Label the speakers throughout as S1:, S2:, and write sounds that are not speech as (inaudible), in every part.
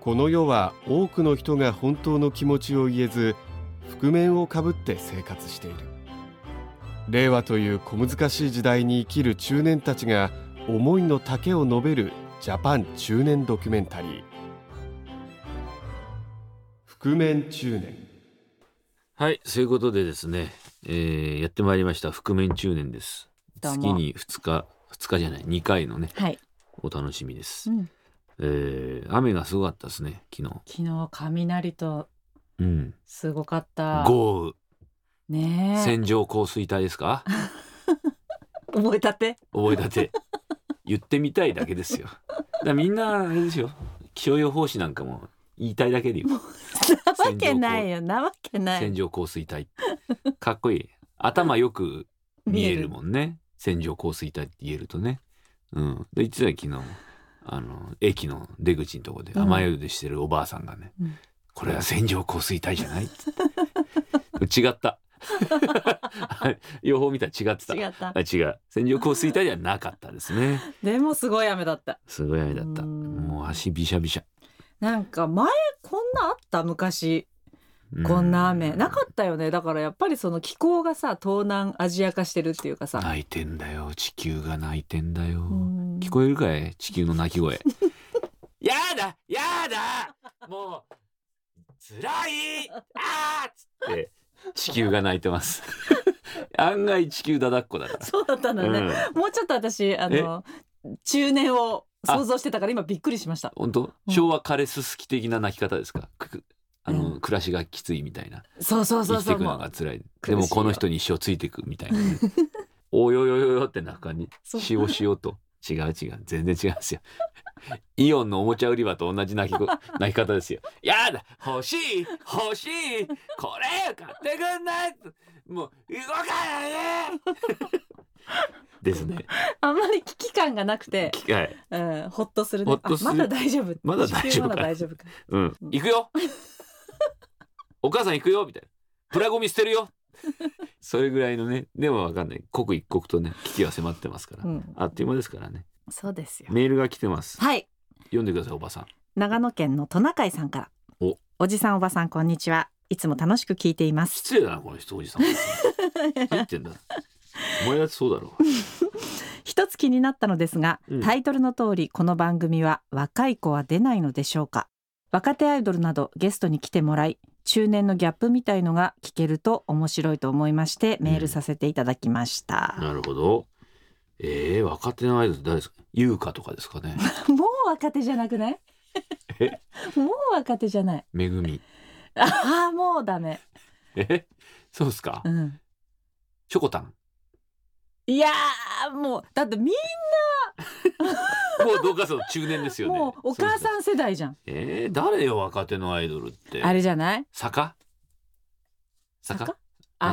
S1: この世は多くの人が本当の気持ちを言えず覆面をかぶって生活している令和という小難しい時代に生きる中年たちが思いの丈を述べるジャパン中年ドキュメンタリー覆面中年
S2: はい、そういうことでですね、えーやってまいりました覆面中年です。
S3: どう
S2: 月
S3: も
S2: に2日、2日じゃない、2回のね、
S3: はい、
S2: お楽しみです
S3: う。ん、
S2: えー雨がすごかったですね、昨日。
S3: 昨日雷と
S2: うん。
S3: すごかった
S2: 豪
S3: ね
S2: 雨、
S3: え
S2: 線状降水帯ですか
S3: 覚えたて
S2: 覚えた
S3: (laughs)
S2: て。言ってみたいだけですよ。だからみんな、あれですよ、気象予報士なんかも言いたいだけでよ。
S3: (laughs) なわけないよなわけな
S2: 線
S3: い
S2: 状降水帯。かっこいい。頭よく見えるもんね線状降水帯って言えるとね、うん、で実は昨日あの駅の出口のとこで
S3: うん
S2: 雨宿りしてるおばあさんがね、
S3: うん
S2: これは線状降水帯じゃない」っ (laughs) つって違った (laughs) 予報見たら違ってた
S3: 見える違った
S2: あ違う線状降水帯ではなかったですね
S3: (laughs) でもすごい雨だった
S2: すごい雨だった
S3: うん
S2: もう足びしゃびしゃ、
S3: なんか前こんなあった昔
S2: う
S3: こんな雨なかったよねだからやっぱりその気候がさ東南アジア化してるっていうかさ
S2: 泣いてんだよ地球が泣いてんだよ、
S3: うん
S2: 聞こえるかい地球の鳴き声。 (laughs) やだやだもう、辛いあーっつって、地球が鳴いてます。 (laughs) 案外地球だだっこだから。
S3: そうだったんだね、
S2: うん
S3: もうちょっと私あの中年を想像してたから今びっくりしました
S2: 本当
S3: うん
S2: 昭和枯れすすき的な鳴き方ですかくくあの、
S3: う
S2: 暮らしがきついみたいな。
S3: そうそう
S2: 生
S3: そう
S2: きて
S3: そう
S2: くの
S3: も
S2: が
S3: う
S2: 辛い。
S3: 苦しい
S2: で
S3: よ
S2: もこの人に一生ついてくみたいな
S3: (laughs)
S2: ね。およよよよって中に
S3: そう、
S2: しおしおと。 (laughs) 違う違う。全然違うんですよ。 (laughs) イオンのおもちゃ売り場と同じ泣
S3: (laughs)
S2: きこ泣き方ですよ。やだ欲しい欲しいこれ買ってくんないもう動かないで
S3: (laughs)
S2: ですね。
S3: あんまり危機感がなくて、
S2: 機械。
S3: うん、ほっとするね
S2: ほっとする
S3: あまだ大丈夫
S2: まだ大丈夫か
S3: 地球まだ大丈夫か
S2: うん。行くよお母さん行くよみたいな。プラゴミ捨てるよそれぐらいのね、でもわかんない。刻一刻とね、危機は迫ってますから。
S3: うん
S2: あっと (laughs) いう間ですからね。
S3: そうですよ
S2: メールが来てます。
S3: はい
S2: 読んでください、おばさん。
S3: 長野県のトナカイさんから
S2: お
S3: じさんおばさんこんにちはいつも楽しく聞いています
S2: 失礼だな、この人、おじさん。何言ってんだ。お前だってそうだろ
S3: 一つ気になったのですが、
S2: うん
S3: タイトルの通りこの番組は若い子は出ないのでしょうか若手アイドルなどゲストに来てもらい中年のギャップみたいのが聞けると面白いと思いましてメールさせていただきました
S2: う。、なるほど。ええ若手のアイドル誰ですか優香とかですかね。
S3: もう若手じゃなくない
S2: え
S3: (laughs) もう若手じゃない
S2: めぐみ。
S3: ああもうダメ、
S2: えそうですか
S3: うん、
S2: しょこたん。
S3: いやーもうだってみん
S2: (laughs) もう同化層中年ですよね。
S3: もうお母
S2: ん。
S3: さん世代じゃん
S2: えー、誰よ、若手のアイドルって。
S3: あれじゃない
S2: 坂坂
S3: 坂
S2: な
S3: あ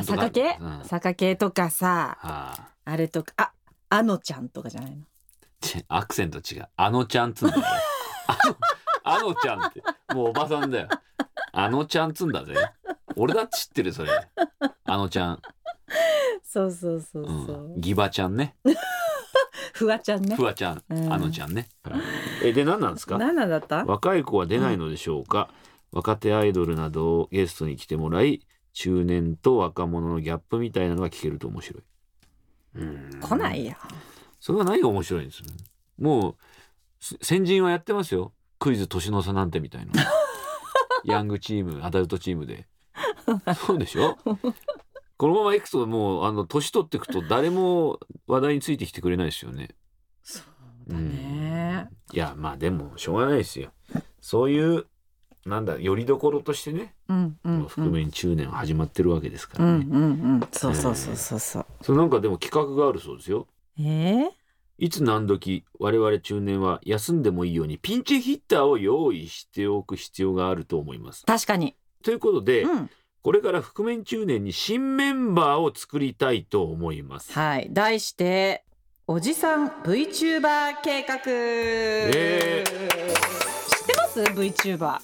S2: んと
S3: 坂
S2: なく
S3: 系、
S2: うん
S3: 坂系とかさ
S2: はあ。
S3: あれとかああのちゃんとかじゃないの
S2: ちアクセント違う。あのちゃんっつうんだよ。あのあのちゃんって、もうおばさんだよ。あのちゃんっつうんだぜ。俺だって知ってる、それ。あのちゃん。
S3: そうそうそう
S2: う
S3: そう、
S2: ん。ギバちゃんね。
S3: フワちゃんね
S2: ふわちゃん。
S3: うん
S2: あのちゃんね。え、で、何なんですか
S3: 何なんだった
S2: 若い子は出ないのでしょうか、若手アイドルなどをゲストに来てもらい中年と若者のギャップみたいなのが聞けると面白い。うん
S3: 来ないよ
S2: それは何が面白いんですもうせ先人はやってますよクイズ年の差なんてみたいな
S3: (laughs)
S2: ヤングチームアダルトチームでそうでしょこのままいくともうあの年取っていくと誰も話題についてきてくれないですよね
S3: そうだね、
S2: いやまあでもしょうがないですよそういうなんだよりどころとしてね、
S3: うんうんうん
S2: 覆面中年は始まってるわけですか
S3: う
S2: ら
S3: ん
S2: ね、
S3: うんうんそうそうそうそうそう
S2: それなんかでも企画があるそうですよ
S3: えー、
S2: いつ何時我々中年は休んでもいいようにピンチヒッターを用意しておく必要があると思います
S3: 確かに
S2: ということで、
S3: うん
S2: これから覆面中年に新メンバーを作りたいと思います
S3: はい題しておじさん VTuber 計画、
S2: え
S3: 知ってます VTuber
S2: 知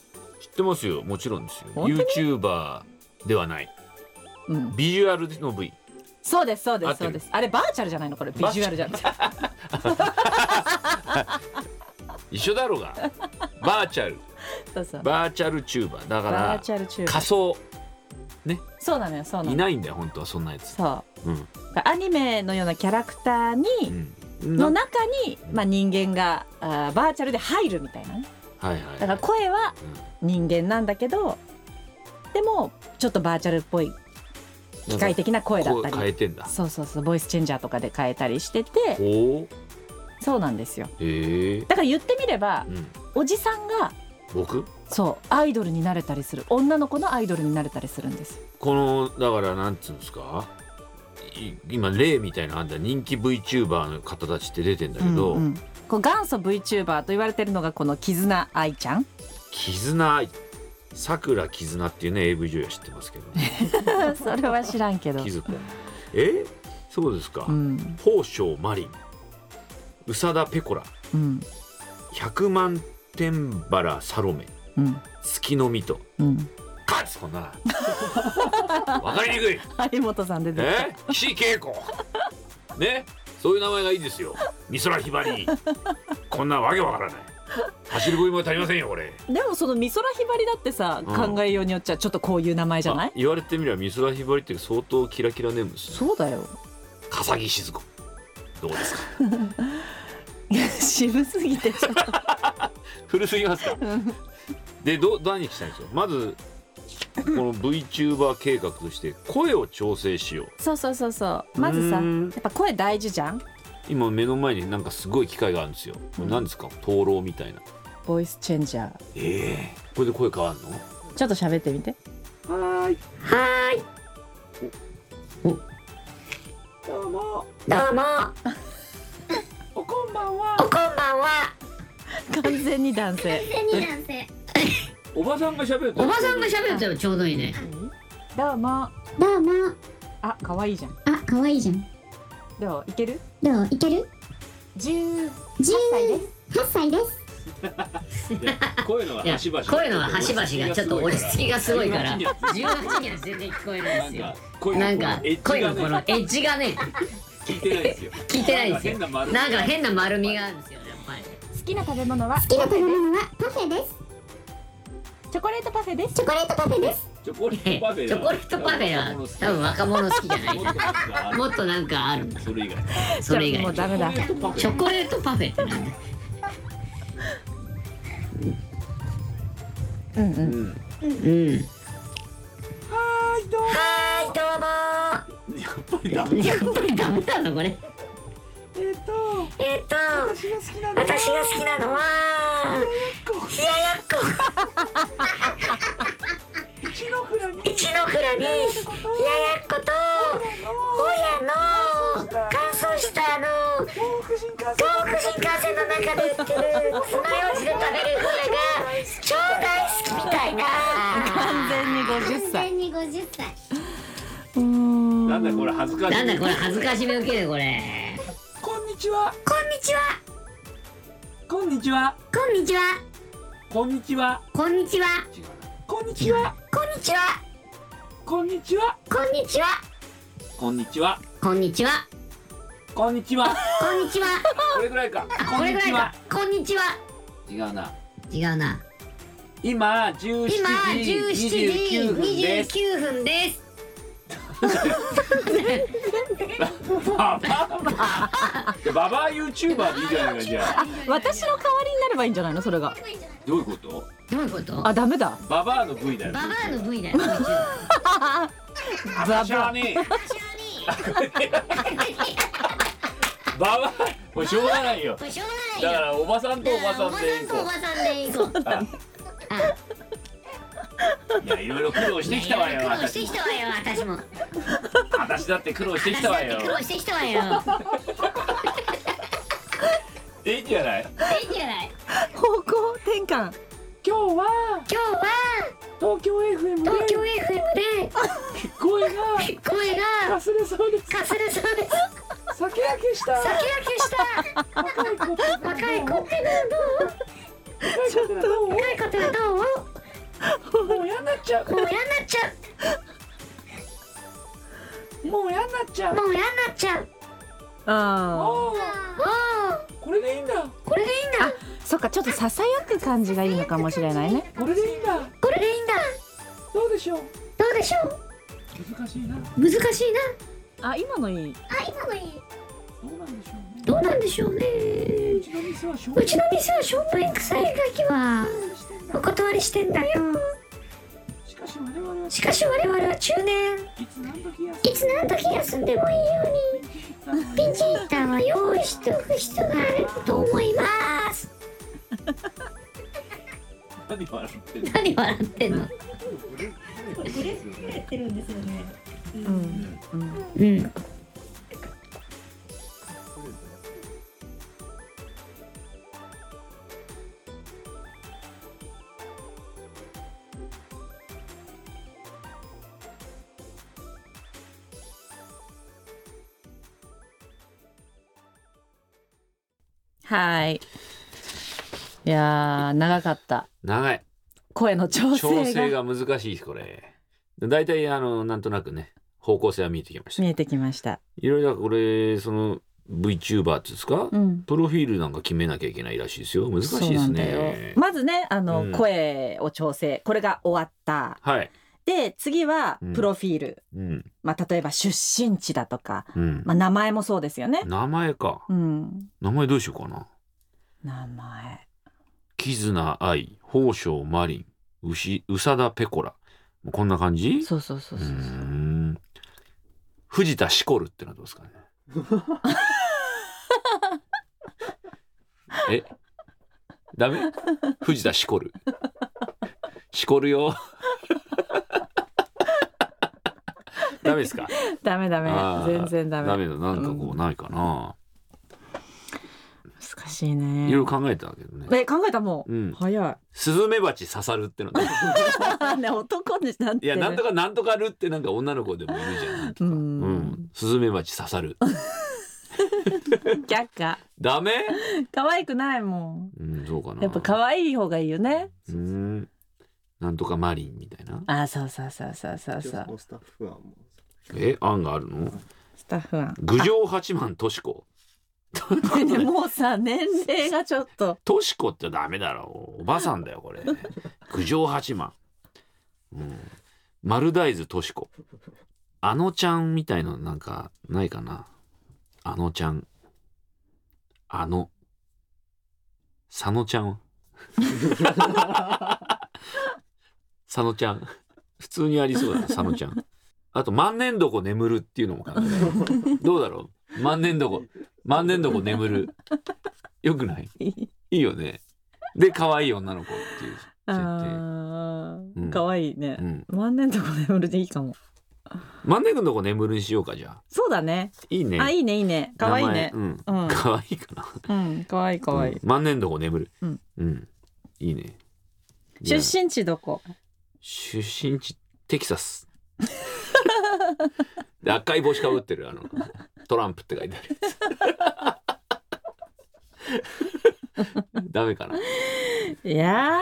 S2: ってますよもちろんですよ
S3: 本当に
S2: YouTuber ではない
S3: うん
S2: ビジュアルの V
S3: そうですそうで
S2: 合っ
S3: す
S2: て
S3: そ
S2: る
S3: うですあれバーチャルじゃないのこれビジュアルじゃなく (laughs) て (laughs)
S2: 一緒だろうがバーチャル
S3: そうそう
S2: バーチャルチューバーだか
S3: バー
S2: ら
S3: チャル中
S2: 仮想
S3: そうなのよそうなの
S2: い
S3: よ
S2: ないんだよ本当はそんなやつ、
S3: そう
S2: うん
S3: アニメのようなキャラクター
S2: う
S3: に、
S2: ん、
S3: の
S2: な
S3: 中に、まあ、人間があーバーチャルで入るみたいなね
S2: はいはい
S3: だから声は人間なんだけどでもちょっとバーチャルっぽい
S2: 機
S3: 機械的な声だった
S2: 変
S3: り
S2: えてんだ
S3: そうそうそうボイスチェンジャーとかで変えたりしてて
S2: ほう
S3: そうなんですよ
S2: ええ
S3: だから言ってみれば
S2: うん、
S3: おじさんが
S2: 僕
S3: そうアイドルになれたりする女の子のアイドルになれたりするんです
S2: このだからなんつうんですかい今例みたいなのあんだ人気 VTuber の方たちって出てんだけど、
S3: うんうんこう元祖 VTuber と言われてるのがこの絆愛ちゃん
S2: 絆さくら絆っていうね AV 女優は知ってます
S3: (laughs)
S2: けど
S3: (laughs) それは知らんけど
S2: 気、づくえそうですか、
S3: うん
S2: 宝生マリン宇佐田ペコラ
S3: うん
S2: 百万天原サロメ
S3: うん
S2: 月の水戸
S3: うん、
S2: カツこん
S3: (laughs)
S2: なのわかりにくい
S3: 有本さん出てき
S2: え岸恵子ねそういう名前がいいですよ美空ひばりこんなわけわからない走る声も足りませんよこれ
S3: たでもその美空ひばりだってさ、
S2: うん
S3: 考えようによっちゃちょっとこういう名前じゃない
S2: あ言われてみれば美空ひばりって相当キラキラネームですね
S3: そうだよ
S2: 笠木静子どうですか
S3: (laughs) 渋すぎてちょっと
S2: 古すぎますか (laughs) でど何にしたいんですよまずこの VTuber 計画として声を調整しよう
S3: そうそうそうそうまずさ
S2: う
S3: や
S2: ーん
S3: っぱ声大事じゃん
S2: 今目の前になんかすごい機械があるんですよこれ何ですか灯籠みたいな
S3: ボイスチェンジャー
S2: ええこれで声変わるの
S3: ちょっと喋ってみて
S2: はーい。はーい。どうも。
S4: どうも、
S2: おこんばん
S4: おこ
S2: は。
S4: んばんは。
S3: 完全に男性
S4: セニ男性。
S2: おばさんが喋る。
S5: おばさんが喋ってもちょうどいいね。
S3: どうも
S6: どうも。
S3: あ可愛いじゃん
S6: あ、可愛いじゃん。
S3: どういける
S6: どういける
S3: 10
S6: ?18
S3: 歳で
S6: 歳です。
S2: 声の
S5: いや
S2: 端々が。
S5: 声の端々がちょっと
S2: 俺
S5: 俺つきがすごいから、
S2: 18
S5: 18には全然聞こえないですよ。
S2: な
S5: なんん
S2: か
S5: か
S2: 声
S5: 声
S2: の
S5: の
S2: こ
S5: こ
S2: の
S5: の
S2: エッジがね
S5: エッジがね、
S2: 聞いてないですよ。
S5: 聞いてないですよ。
S2: なんか変な
S5: なんか変な丸みがあるんですよね、やっぱり。
S3: 好きな食べ物は
S6: 好きな食べ物はパフェです。
S3: チョコレートパフェです
S6: チョコレートパフェです。
S2: チョコレー
S5: ね
S2: トパフェ
S5: チョコレートパフェは多分若者好きじゃない。もっとなんかあるんだ、
S2: それ以外。
S5: それ以
S3: もう
S5: 外
S3: ダ
S5: に。
S3: メだ
S5: チョコレートパフェってなんだ。
S3: うんうん
S5: うん。や
S4: はい、どうも。
S2: やっぱりダメ。
S5: っぱりダメだな、これ。
S4: えっと、私が好きなのは。冷ややっこ。一の蔵に。一の蔵に。冷ややっこと。親の。乾燥したあの。東北新幹線の中で売ってる。爪楊枝で食べるこれが。超大好きみたいな。
S3: 完全に50歳
S6: に50歳。
S2: なんだこれ恥ずかしい。
S5: なんだこれ、恥ずかしめ受けるよ、これ。
S2: こんにちは。
S4: こんにちは。
S2: こんにちは。
S4: こんにちは。
S2: こんにちは。
S4: こんにちは。
S2: こんにちは。
S4: こんにちは。
S2: こんにちは。
S4: こんにちは。
S2: こんにちは。
S5: こんにちは。
S2: こんにちは。
S4: こんにちは。
S2: これぐらいか。
S5: これぐらいか。こんにちは。
S2: 違うな。
S5: 違うな。
S2: 今十
S5: 今
S2: 七時
S5: 17
S2: 二
S5: 時
S2: 十九分です。
S5: 29分です。
S2: ババア。ババアユーチューバーでいいじゃないかじゃあ。
S3: 私の代わりになればいいんじゃないのそれが
S2: どういうこと？
S5: どういうことバ
S3: あダメだ
S2: ババアの部位だよ。
S5: バアの部位だよ。こいつ
S3: ババ
S2: 私はね。ババア。もうしょうがないよ。
S5: これしょうが
S2: だ
S5: ない
S2: か
S5: よ。
S2: らおばさんとおばさんでいこ
S5: おばさんとおばさんで行こう。
S2: う。いやいろいろ苦労してきたわよ。
S5: 苦労して
S2: 私
S5: きたわよ、私も。
S2: 私だって苦労してき
S5: 私
S2: た
S5: だ
S2: わ
S5: って
S2: よ。
S5: 苦労してきたわよ。
S2: いいんじゃない？
S5: いいんじゃない
S3: 方向転換
S2: 今日は
S4: 今日は
S2: 東京 FM
S4: 東京 FM で
S2: 声が
S4: 声が
S2: 忘れそうです
S4: かすれそうです。
S2: 酒焼けした
S4: 酒焼けした
S2: 若い子
S4: 若い子ってのはどう？若い子ってのはど
S2: もう嫌になっちゃ
S4: う？もう嫌になっちゃ
S2: うもう嫌になっちゃ
S4: う。もう嫌になっちゃう。
S3: あ
S2: おー
S4: おお、
S2: これでいいんだ
S4: これでいいんだ。
S3: そっかちょっとささやく感じがいいのかもしれないね
S7: これでいいんだ
S4: これでいいんだ
S7: どうでしょう
S4: どうでしょう
S7: 難しいな
S4: 難しいな
S3: あ今のいい
S4: あ今のいい
S7: どうなんでしょうね
S4: どうなんでしょうね
S7: うちの店はしょう
S4: うちの店はショップに臭いガキはお断りしてんだよ
S7: しかし我々は
S4: しかし我々は中年
S7: いつ何時や
S4: いつ何時休んでもいいようにピンチヒッターは用意しておく必要があると思います
S7: 何笑ってんの
S5: 何笑ってんの
S3: うん、うん
S5: うん
S3: はいいやー長かった
S2: 長い
S3: 声の調整
S2: 調
S3: が
S2: 整が難しいこれ大体あのなんとなくね方向性は見えてきました
S3: 見えてきました
S2: いろいろこれその VTuber っていうんですか、
S3: うん
S2: プロフィールなんか決めなきゃいけないらしいですよ難しい
S3: そう
S2: で
S3: な
S2: す
S3: んだ
S2: ね
S3: よまずねあの、
S2: うん
S3: 声を調整これが終わった
S2: はい
S3: で次は
S2: うん
S3: プロフィール、
S2: うん
S3: まあ、例えば出身地だとか、
S2: うん、
S3: まあ、名前もそうですよね
S2: 名前か
S3: うん
S2: 名前どうしようかな
S3: 名前
S2: 絆愛宝生マリン牛宇佐田ペコラこんな感じ
S3: そうそうそう
S2: う
S3: そう
S2: ー
S3: そうん
S2: 藤田しこるってのはどうですかね (laughs) えダメ藤田しこるしこるよ (laughs) ダメですか
S3: ダメダメ
S2: あー
S3: 全然ダメ
S2: ダメだなんかこうないかな、
S3: 難しいね
S2: いろいろ考えたけどね
S3: え考えたもう、
S2: うん
S3: 早い
S2: スズメバチ刺さるってのはどう
S3: (laughs) ね男になってる
S2: いやなんとかなんとかるってなんか女の子でもいるじゃんなんとか
S3: う、
S2: うんんスズメバチ刺さる
S3: 却下
S2: ダメ
S3: 可愛くないも
S2: うんそうか
S3: ん
S2: な
S3: やっぱ可愛い方がいいよね
S2: うんなんとかマリンみたいな
S3: あそうそうそうそうそうそう
S8: スタッフはも
S2: え案があるの
S3: スタッフ (laughs) 案
S2: 郡上八幡としこ
S3: でもうさ年齢がちょっと
S2: としこってダメだろおばさんだよこれ郡上八幡うん丸大豆としこあのちゃんみたいのなんかないかなあのちゃんあの佐野ちゃんは佐野ちゃん普通にありそうだな佐野ちゃんあと万年床眠るっていうのも考えたどうだろう万年床万年床眠るよくない
S3: いい
S2: いいよね。で、可愛い女の子っていう設定。
S3: あー
S2: うん
S3: 可愛いね
S2: う、ん。
S3: 万年とこ眠るでいいかも
S2: 万年君の子眠るにしようか、じゃあ。
S3: そうだね
S2: いいね。
S3: あいいねいいね可愛いね
S2: 名前うん。
S3: うん
S2: 可愛いかな。
S3: うん可愛い可愛い
S2: うん万年床眠る。
S3: うん。
S2: いいね。じ
S3: 出
S2: ゃあ
S3: 身地どこ
S2: 出身地、テキサス。で赤い帽子かぶってる、あの、トランプって書いてあるやつ。ダ (laughs) メかな。
S3: いや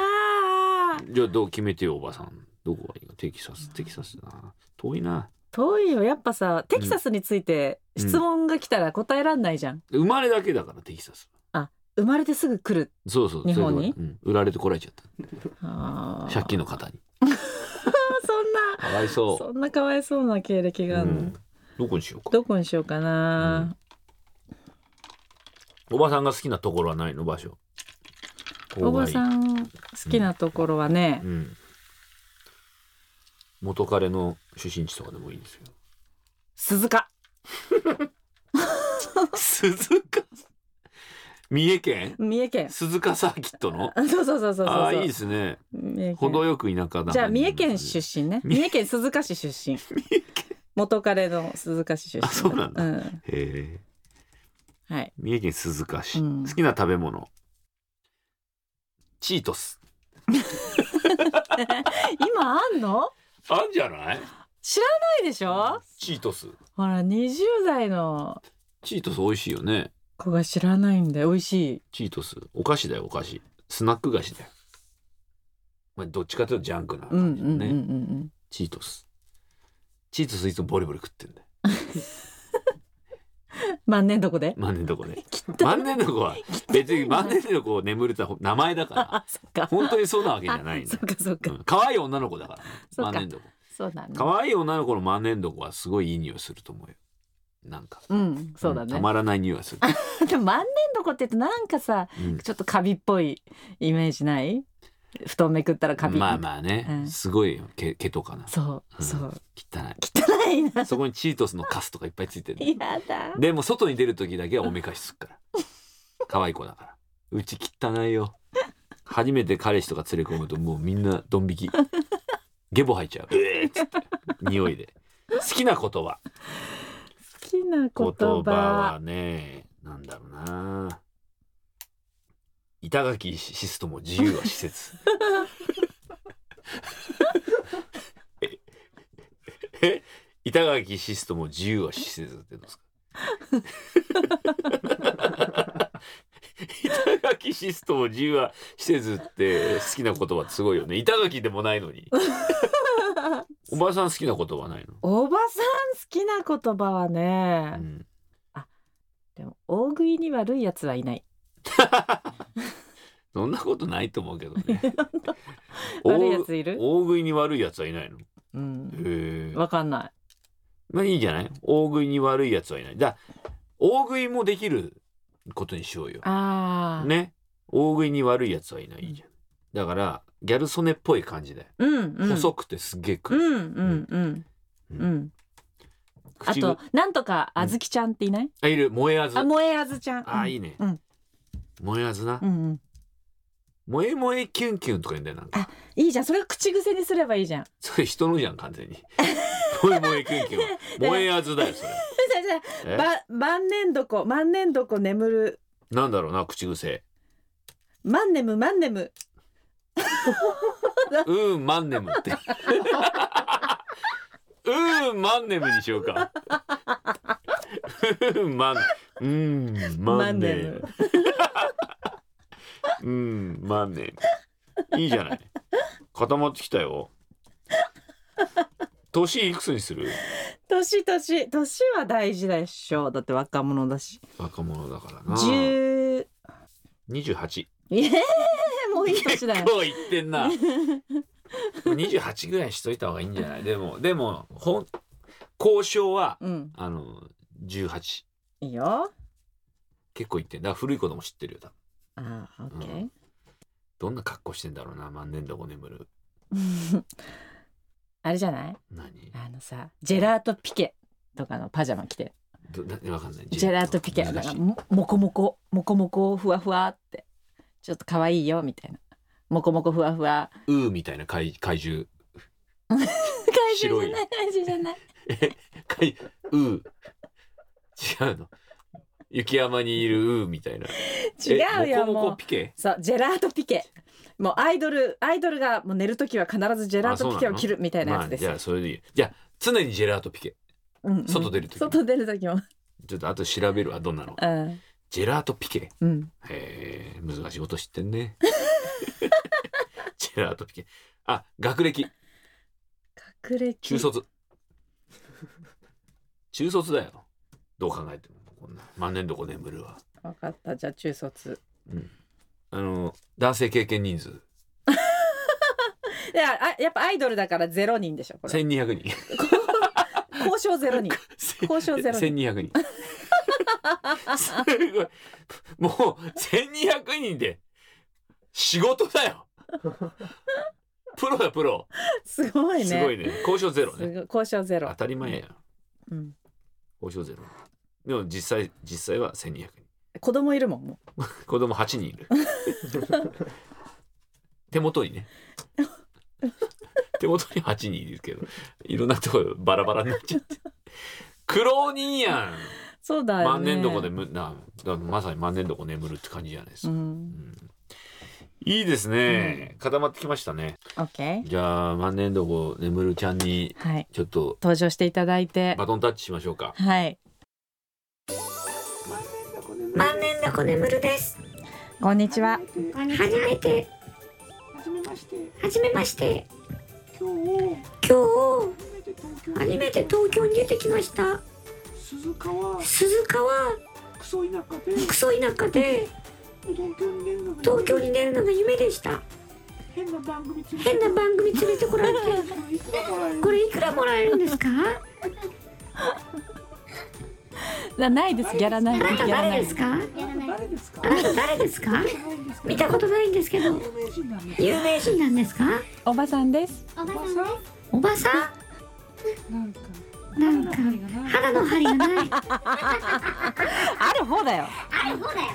S3: ー
S2: じゃあ、どう決めてよ、おばさん。どこがいいか。テキサス、テキサスだな。遠いな。
S3: 遠いよやっぱさテキサスについて質問が来たら答えらんないじゃん、
S2: 生まれだけだから、テキサス。
S3: 生まれてすぐ来る
S2: そうそう。
S3: 日本
S2: そうい
S3: に
S2: うことうん売られてこられちゃっ
S3: あ
S2: た。
S3: ー
S2: 借金の方に。
S3: そんな
S2: かわいそ
S3: そんなかわいそうな経歴
S2: う。
S3: があるの、
S2: うんどこにしようか。
S3: どこにしようかな、
S2: おばさんが好きなところはないの場所。
S3: おばさ
S2: ん。
S3: ん好きなところはね、
S2: うん。元彼の出身地とかでもいいですよ。
S3: 鈴鹿
S2: 鈴鹿。三重県。
S3: 三重県
S2: 鈴鹿サーキットの。
S3: そうそうそうそうそう
S2: ああ、いいですね。
S3: 三重県
S2: 程よく田舎だ。
S3: じゃあ三重県出身ね三重県鈴鹿市出身元彼の鈴鹿市出身
S2: あそうなんだ
S3: ん
S2: 身。へえ。
S3: はい
S2: 三重県鈴鹿市、
S3: うん
S2: 好きな食べ物チートス
S3: 今あんの
S2: あんじゃない
S3: ないでしょ
S2: チートス
S3: ほら20代の
S2: チートス美味しいよね
S3: 子が知らないんで美味しい
S2: チートスお菓子だよお菓子スナック菓子だよまあどっちかというとジャンクな
S3: うん
S2: 感じ
S3: うんうんう
S2: ね、
S3: ん
S2: チートスチートスいつもボリボリ食ってんだよ
S3: 万年床で
S2: 万年床
S3: (laughs)
S2: ね万年床は別に万年床を眠れた名前だから
S3: あそっか
S2: 本当にそうなわけじゃないん
S3: (laughs) あそ
S2: だ
S3: っかそっか、
S2: うん可愛い女の子だから
S3: そうか
S2: 万年床
S3: そうだね
S2: 可愛い女の子の万年床はすごいいい匂いすると思うよなんか
S3: うんそうだね、
S2: んたまらない匂いがする、
S3: でも万年床って言うとなんかさ
S2: うん
S3: ちょっとカビっぽいイメージない布団めくったら (laughs) カビ
S2: まあまあね、
S3: うん
S2: すごい毛毛とかな
S3: そううんそう
S2: 汚
S3: 汚いない
S2: そこにチートスのカスとかいっぱいついてる
S3: やだ
S2: でも外に出る時だけはおめかしすっから可愛い子だからうち汚いよ初めて彼氏とか連れ込むともうみんなドン引きゲボ吐いちゃうえーっつって匂いで好きな言葉
S3: 好きな言
S2: 言
S3: 葉
S2: 葉はねなんだろうな板垣シストも自由は施設ええ板垣シストも自由は施設って言うんですか板垣シストも自由は施設って好きな言葉ってすごいよね板垣でもないのにおばさん好きな言葉ないの、
S3: おばさん好きな言葉はね、
S2: うん
S3: でも大食いに悪いやつはいない
S2: そんなことないと思うけどね。
S3: (laughs) 悪いやついる
S2: 大食いに悪いやつはいないの。へ
S3: うん
S2: え。
S3: わかんない
S2: まあいいじゃない。大食いに悪いやつはいない。だ大食いもできることにしようよ。
S3: あー、
S2: ね。大食いに悪いやつはいない。いいじゃん。だからギャル曽根っぽい感じだよ。
S3: うんうん
S2: 細くてすっげえ食
S3: うん
S2: う。
S3: うんうん
S2: うん
S3: うんあ
S2: 口
S3: と
S2: ぶ
S3: なんとかあずきちゃんっていない、
S2: あいる燃えあず。
S3: あ
S2: あ
S3: 萌えあずちゃん
S2: あーい
S3: い
S2: いね
S3: うん。
S2: 燃えあずな
S3: う。んうん
S2: 燃え燃えキュンキュンとか言うんだよなんか。
S3: いいじゃんそれ口癖にすればいいじゃん
S2: それ人のじゃん完全
S3: (laughs)
S2: に。燃え燃えキュンキュンは。燃えあずだよそれ。
S3: じゃあじゃあ
S2: (laughs) え
S3: ば万年床万年床眠る
S2: なんだろうな口癖
S3: 万年む万年む
S2: うーんマンネムってうーんマンネムにしようかうーんマンうーんマンネムうーんマンネムいいじゃない固まってきたよ年いくつにする
S3: 年年年は大事でしょうだって若者だし
S2: 若者だからな
S3: 十
S2: 28
S3: ええもういい
S2: (laughs)
S3: 年だよ
S2: 今日言ってんな28ぐらいにしといた方がいいんじゃないでもでもほん交渉は
S3: うん
S2: あの18
S3: いいよ
S2: 結構言ってんだから古い子供知ってるよ多分
S3: あーオッケ
S2: うどんな格好してんだろうな万年床眠る
S3: ーあれじゃない
S2: 何
S3: あのさジェラートピケとかのパジャマ着て
S2: どだわかんない
S3: ジェラートピケ
S2: 難
S3: なん
S2: し
S3: か
S2: い
S3: ももこもこもこもこふわふわってちょっと可愛いよみたいなもこもこふわふわ
S2: ウーみたいな怪怪獣白い
S3: 怪獣じゃない
S2: え怪ウー違うの雪山にいるウーみたいな
S3: 怪獣じゃない違う
S2: えモ
S3: よ
S2: コ
S3: も
S2: モ
S3: う
S2: コピケ
S3: そうジェラートピケもうアイドルアイドルがもう寝る時は必ずジェラー
S2: あそう
S3: ト
S2: な
S3: ピ
S2: の
S3: ケを着るみたいなやつです
S2: まあ、じゃあそれでいいじゃあ常にジェラートピケ
S3: うんうん
S2: 外出る時
S3: 外出る時も
S2: ちょっと後で調べるわどんなのか
S3: うん
S2: ジェラートピケ
S3: うん
S2: へえ難しいこと知ってん
S3: (laughs)
S2: ねジェラートピケあ学歴
S3: 隠れ
S2: 中卒中卒だよどう考えてもこんな万年床眠るわ
S3: 分かったじゃあ中卒
S2: あの男性経験人数
S3: いやあやっぱアイドルだからゼロ人でしょこれ
S2: 1200人
S3: 交渉ゼロ (laughs) 人交渉ゼロ人
S2: 1200人
S3: (laughs)
S2: すごいもう1200人で仕事だよプロだプロ、
S3: すごいね
S2: すごいね交渉ゼロね
S3: すごい交渉ゼ
S2: 当
S3: ロ、
S2: たり前や
S3: うん、
S2: 交渉ゼロでも実際実際は1200人
S3: 子供いるもんも
S2: 子供8人い
S3: (laughs)
S2: る手元にね手元に8人いるけどいろんなところバラバラになっちゃって苦労人や
S3: うそうだ
S2: ん
S3: よ
S2: 万
S3: ね
S2: 年床でむなだまさに万年床眠るって感じじゃないです
S3: う
S2: か、
S3: ん
S2: いいですね、固まってきましたね
S3: OK
S2: じゃあ万年床眠るちゃんに
S3: はい
S2: ちょっと
S3: 登場していただいて
S2: バトンタッチしましょうか
S3: はい
S4: 万年床眠るです
S3: こんにち
S4: (laughs)
S3: は
S6: こんにち
S4: 初めて
S7: 初めまして
S4: 初めまして
S7: 今日
S4: 今日
S7: 初めて東
S4: 初めて東
S7: 京
S4: 京に出てきました
S7: 鈴川
S4: 鈴川
S7: クソ田舎で
S4: クソ田舎で
S7: 東京に出るのが
S4: 東京に出るのが夢でした
S7: 変な番組連れ
S4: 変
S7: て
S4: な番組連れてこられて
S7: いくらもらえる
S4: これいくらもらえるんですか
S3: なないですギャラない
S4: あ
S3: ですギ
S4: なた
S3: ャラな
S4: 誰
S3: い
S4: ですか
S6: やらない
S7: 誰ですか
S4: あなた誰ですか見たことないんですけど
S7: 有名人なんで
S4: 有名人なんですか
S3: おばさんです
S6: おば
S7: おば
S6: さん
S7: さん
S4: おばさ
S7: なんか
S4: んなんか肌の張りがない
S3: ある方だよ
S6: ある方だよ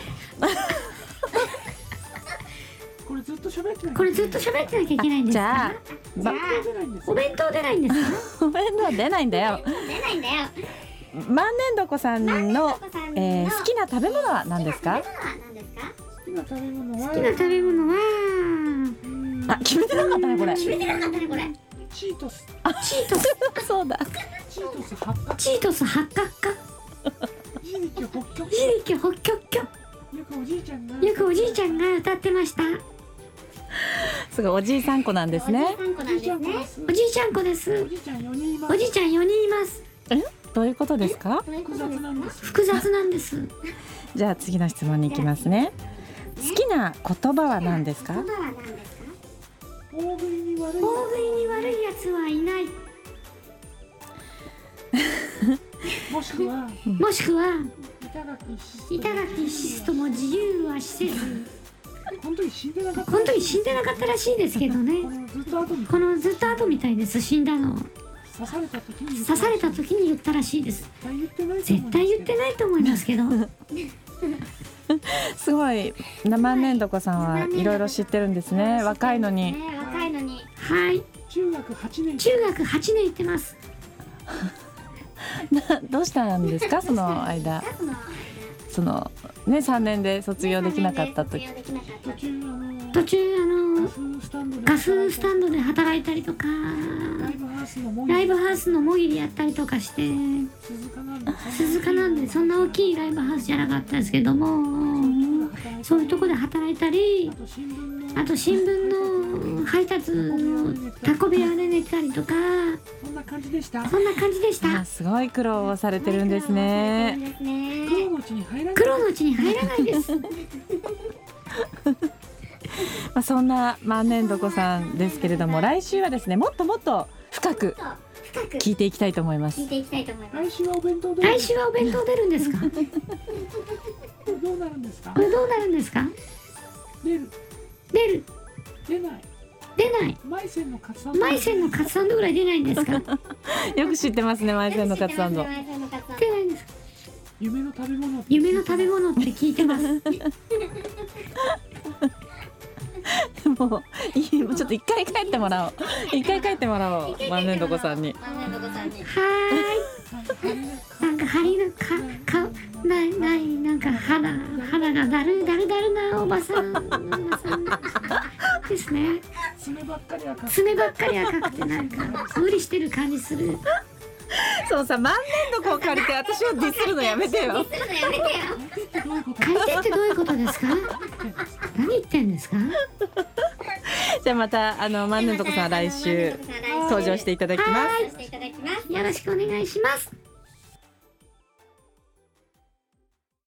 S7: これずっと喋ってない
S4: これずっと喋ってなきゃいけないんです
S3: じゃあ
S4: か
S3: ば
S7: 出ないんです
S4: お弁当出ないんですか
S3: ごめんな出ないんだよ
S6: 出ないんだよ
S3: 万年床さんの
S6: お子さんの
S3: えー好きな食べ物は何ですか
S6: 好きな食べ物は何ですか
S7: 好きな食べ物は
S4: 好きな食べ物
S3: あ
S4: は
S3: 決めてなかったねこれ
S6: 決めてなかったねこれ
S7: チートス
S4: チートス
S3: (laughs) そうだ
S7: チートス八角
S4: チートス八角化
S7: ひじき北極
S4: ひじき北極巨
S7: よくおじいちゃんが
S4: よくおじいちゃんが歌ってました
S3: すごいおじいさん子なんですね
S6: おじいさん子なんですね
S4: おじいちゃん子です
S7: おじいちゃん四人いま
S4: お
S7: す
S4: じいちゃん四人います
S3: どういうことですか
S6: そういうこ
S7: 複
S6: と
S7: 雑
S6: です
S7: なんです
S4: 複雑なんです
S3: じゃあ次の質問に行きますね好きな言葉は何ですか
S6: 言葉は何ですか
S7: 大食いに悪
S4: 大
S7: い
S4: 食いに悪いやつはいない
S7: もしくは
S4: もしくはい
S7: ただきし
S4: 板垣シスとも自由はせず
S7: 本当に死んでなかった
S4: 本当に死んでなかったらしいですけど
S7: こ
S4: ね
S7: のずっと後に
S4: このずっと後みたいです死んだの
S7: 刺された時に
S4: 刺された時に言ったらしいです
S7: 絶対言ってないと思うんですけど
S4: 絶対言ってないと思いますけど
S3: すごい万年床さんはいろいろ知ってるんですね若いのに
S6: ね若いのに
S4: はい
S7: 中学八年
S4: 中学8年行ってます
S3: (laughs) どうしたんです (laughs) かその間
S6: あとの
S3: そのね3年で卒業できなかった時
S6: 卒業できなかった
S7: 途中あの
S4: 途中あ
S7: ガ
S4: の
S7: ススタンドで
S4: ガススタンドで働いたりとか
S7: ライブハウスのも
S4: ライブハウスのもぎりやったりとかして
S7: 鈴鹿なんで
S4: 鈴鹿なんでそんな大きいライブハウスじゃなかったですけどもそういうとこで働いたり
S7: あと新聞の
S4: あと新聞の配達のタコ部屋で寝たりとか
S7: そんな感じでした
S4: そんな感じでし
S3: あ
S4: た
S3: すごい苦労をされてるんです
S6: そう
S3: ね
S6: ですね
S7: 黒のうちに入らない
S4: 黒のうちに入らないです
S3: まあ、そんな万年床さんですけれども来週はですねもっともっと深く
S6: そう深く
S3: 聞いていきたいと思いま
S6: 聞
S3: す
S6: いていきたいと思います
S7: 来週はお弁当で
S4: 来週はお弁当出るんですかこ
S7: どうなるんですか
S4: れどうなるんですか
S7: 出る
S4: 出る
S7: 出ない
S4: 出ない
S7: マイセンのカツサンド
S4: マイセンのカツサンドぐらい出ないんですか
S3: よく知ってますね前線のカツサンド
S6: 前線のカツサンド
S4: 出ないんですか
S7: 夢の食べ物
S4: 夢の食べ物って聞いてます
S3: もういいもうちょっと一回帰ってもらおう一回帰ってもらおう万年床さんに
S6: 前線のカツサンド
S4: はーい。なんか張りのかかないないなんか肌肌がだるだるだるなおばさんおばさんですね。
S7: 爪ばっかり赤く
S4: 爪ばっかり赤くてなんか無理してる感じする。
S3: そうさ万年床を借りて私をディスるのやめてよ
S6: ちょっとやめてよ
S7: てどういうこ
S4: 借
S7: と
S4: りてってどういうことですか？何言ってんですか？は
S3: (laughs) じゃあまたあの万年床さんは来週登場していただきます
S6: していただきます
S4: い。よろしくお願いします。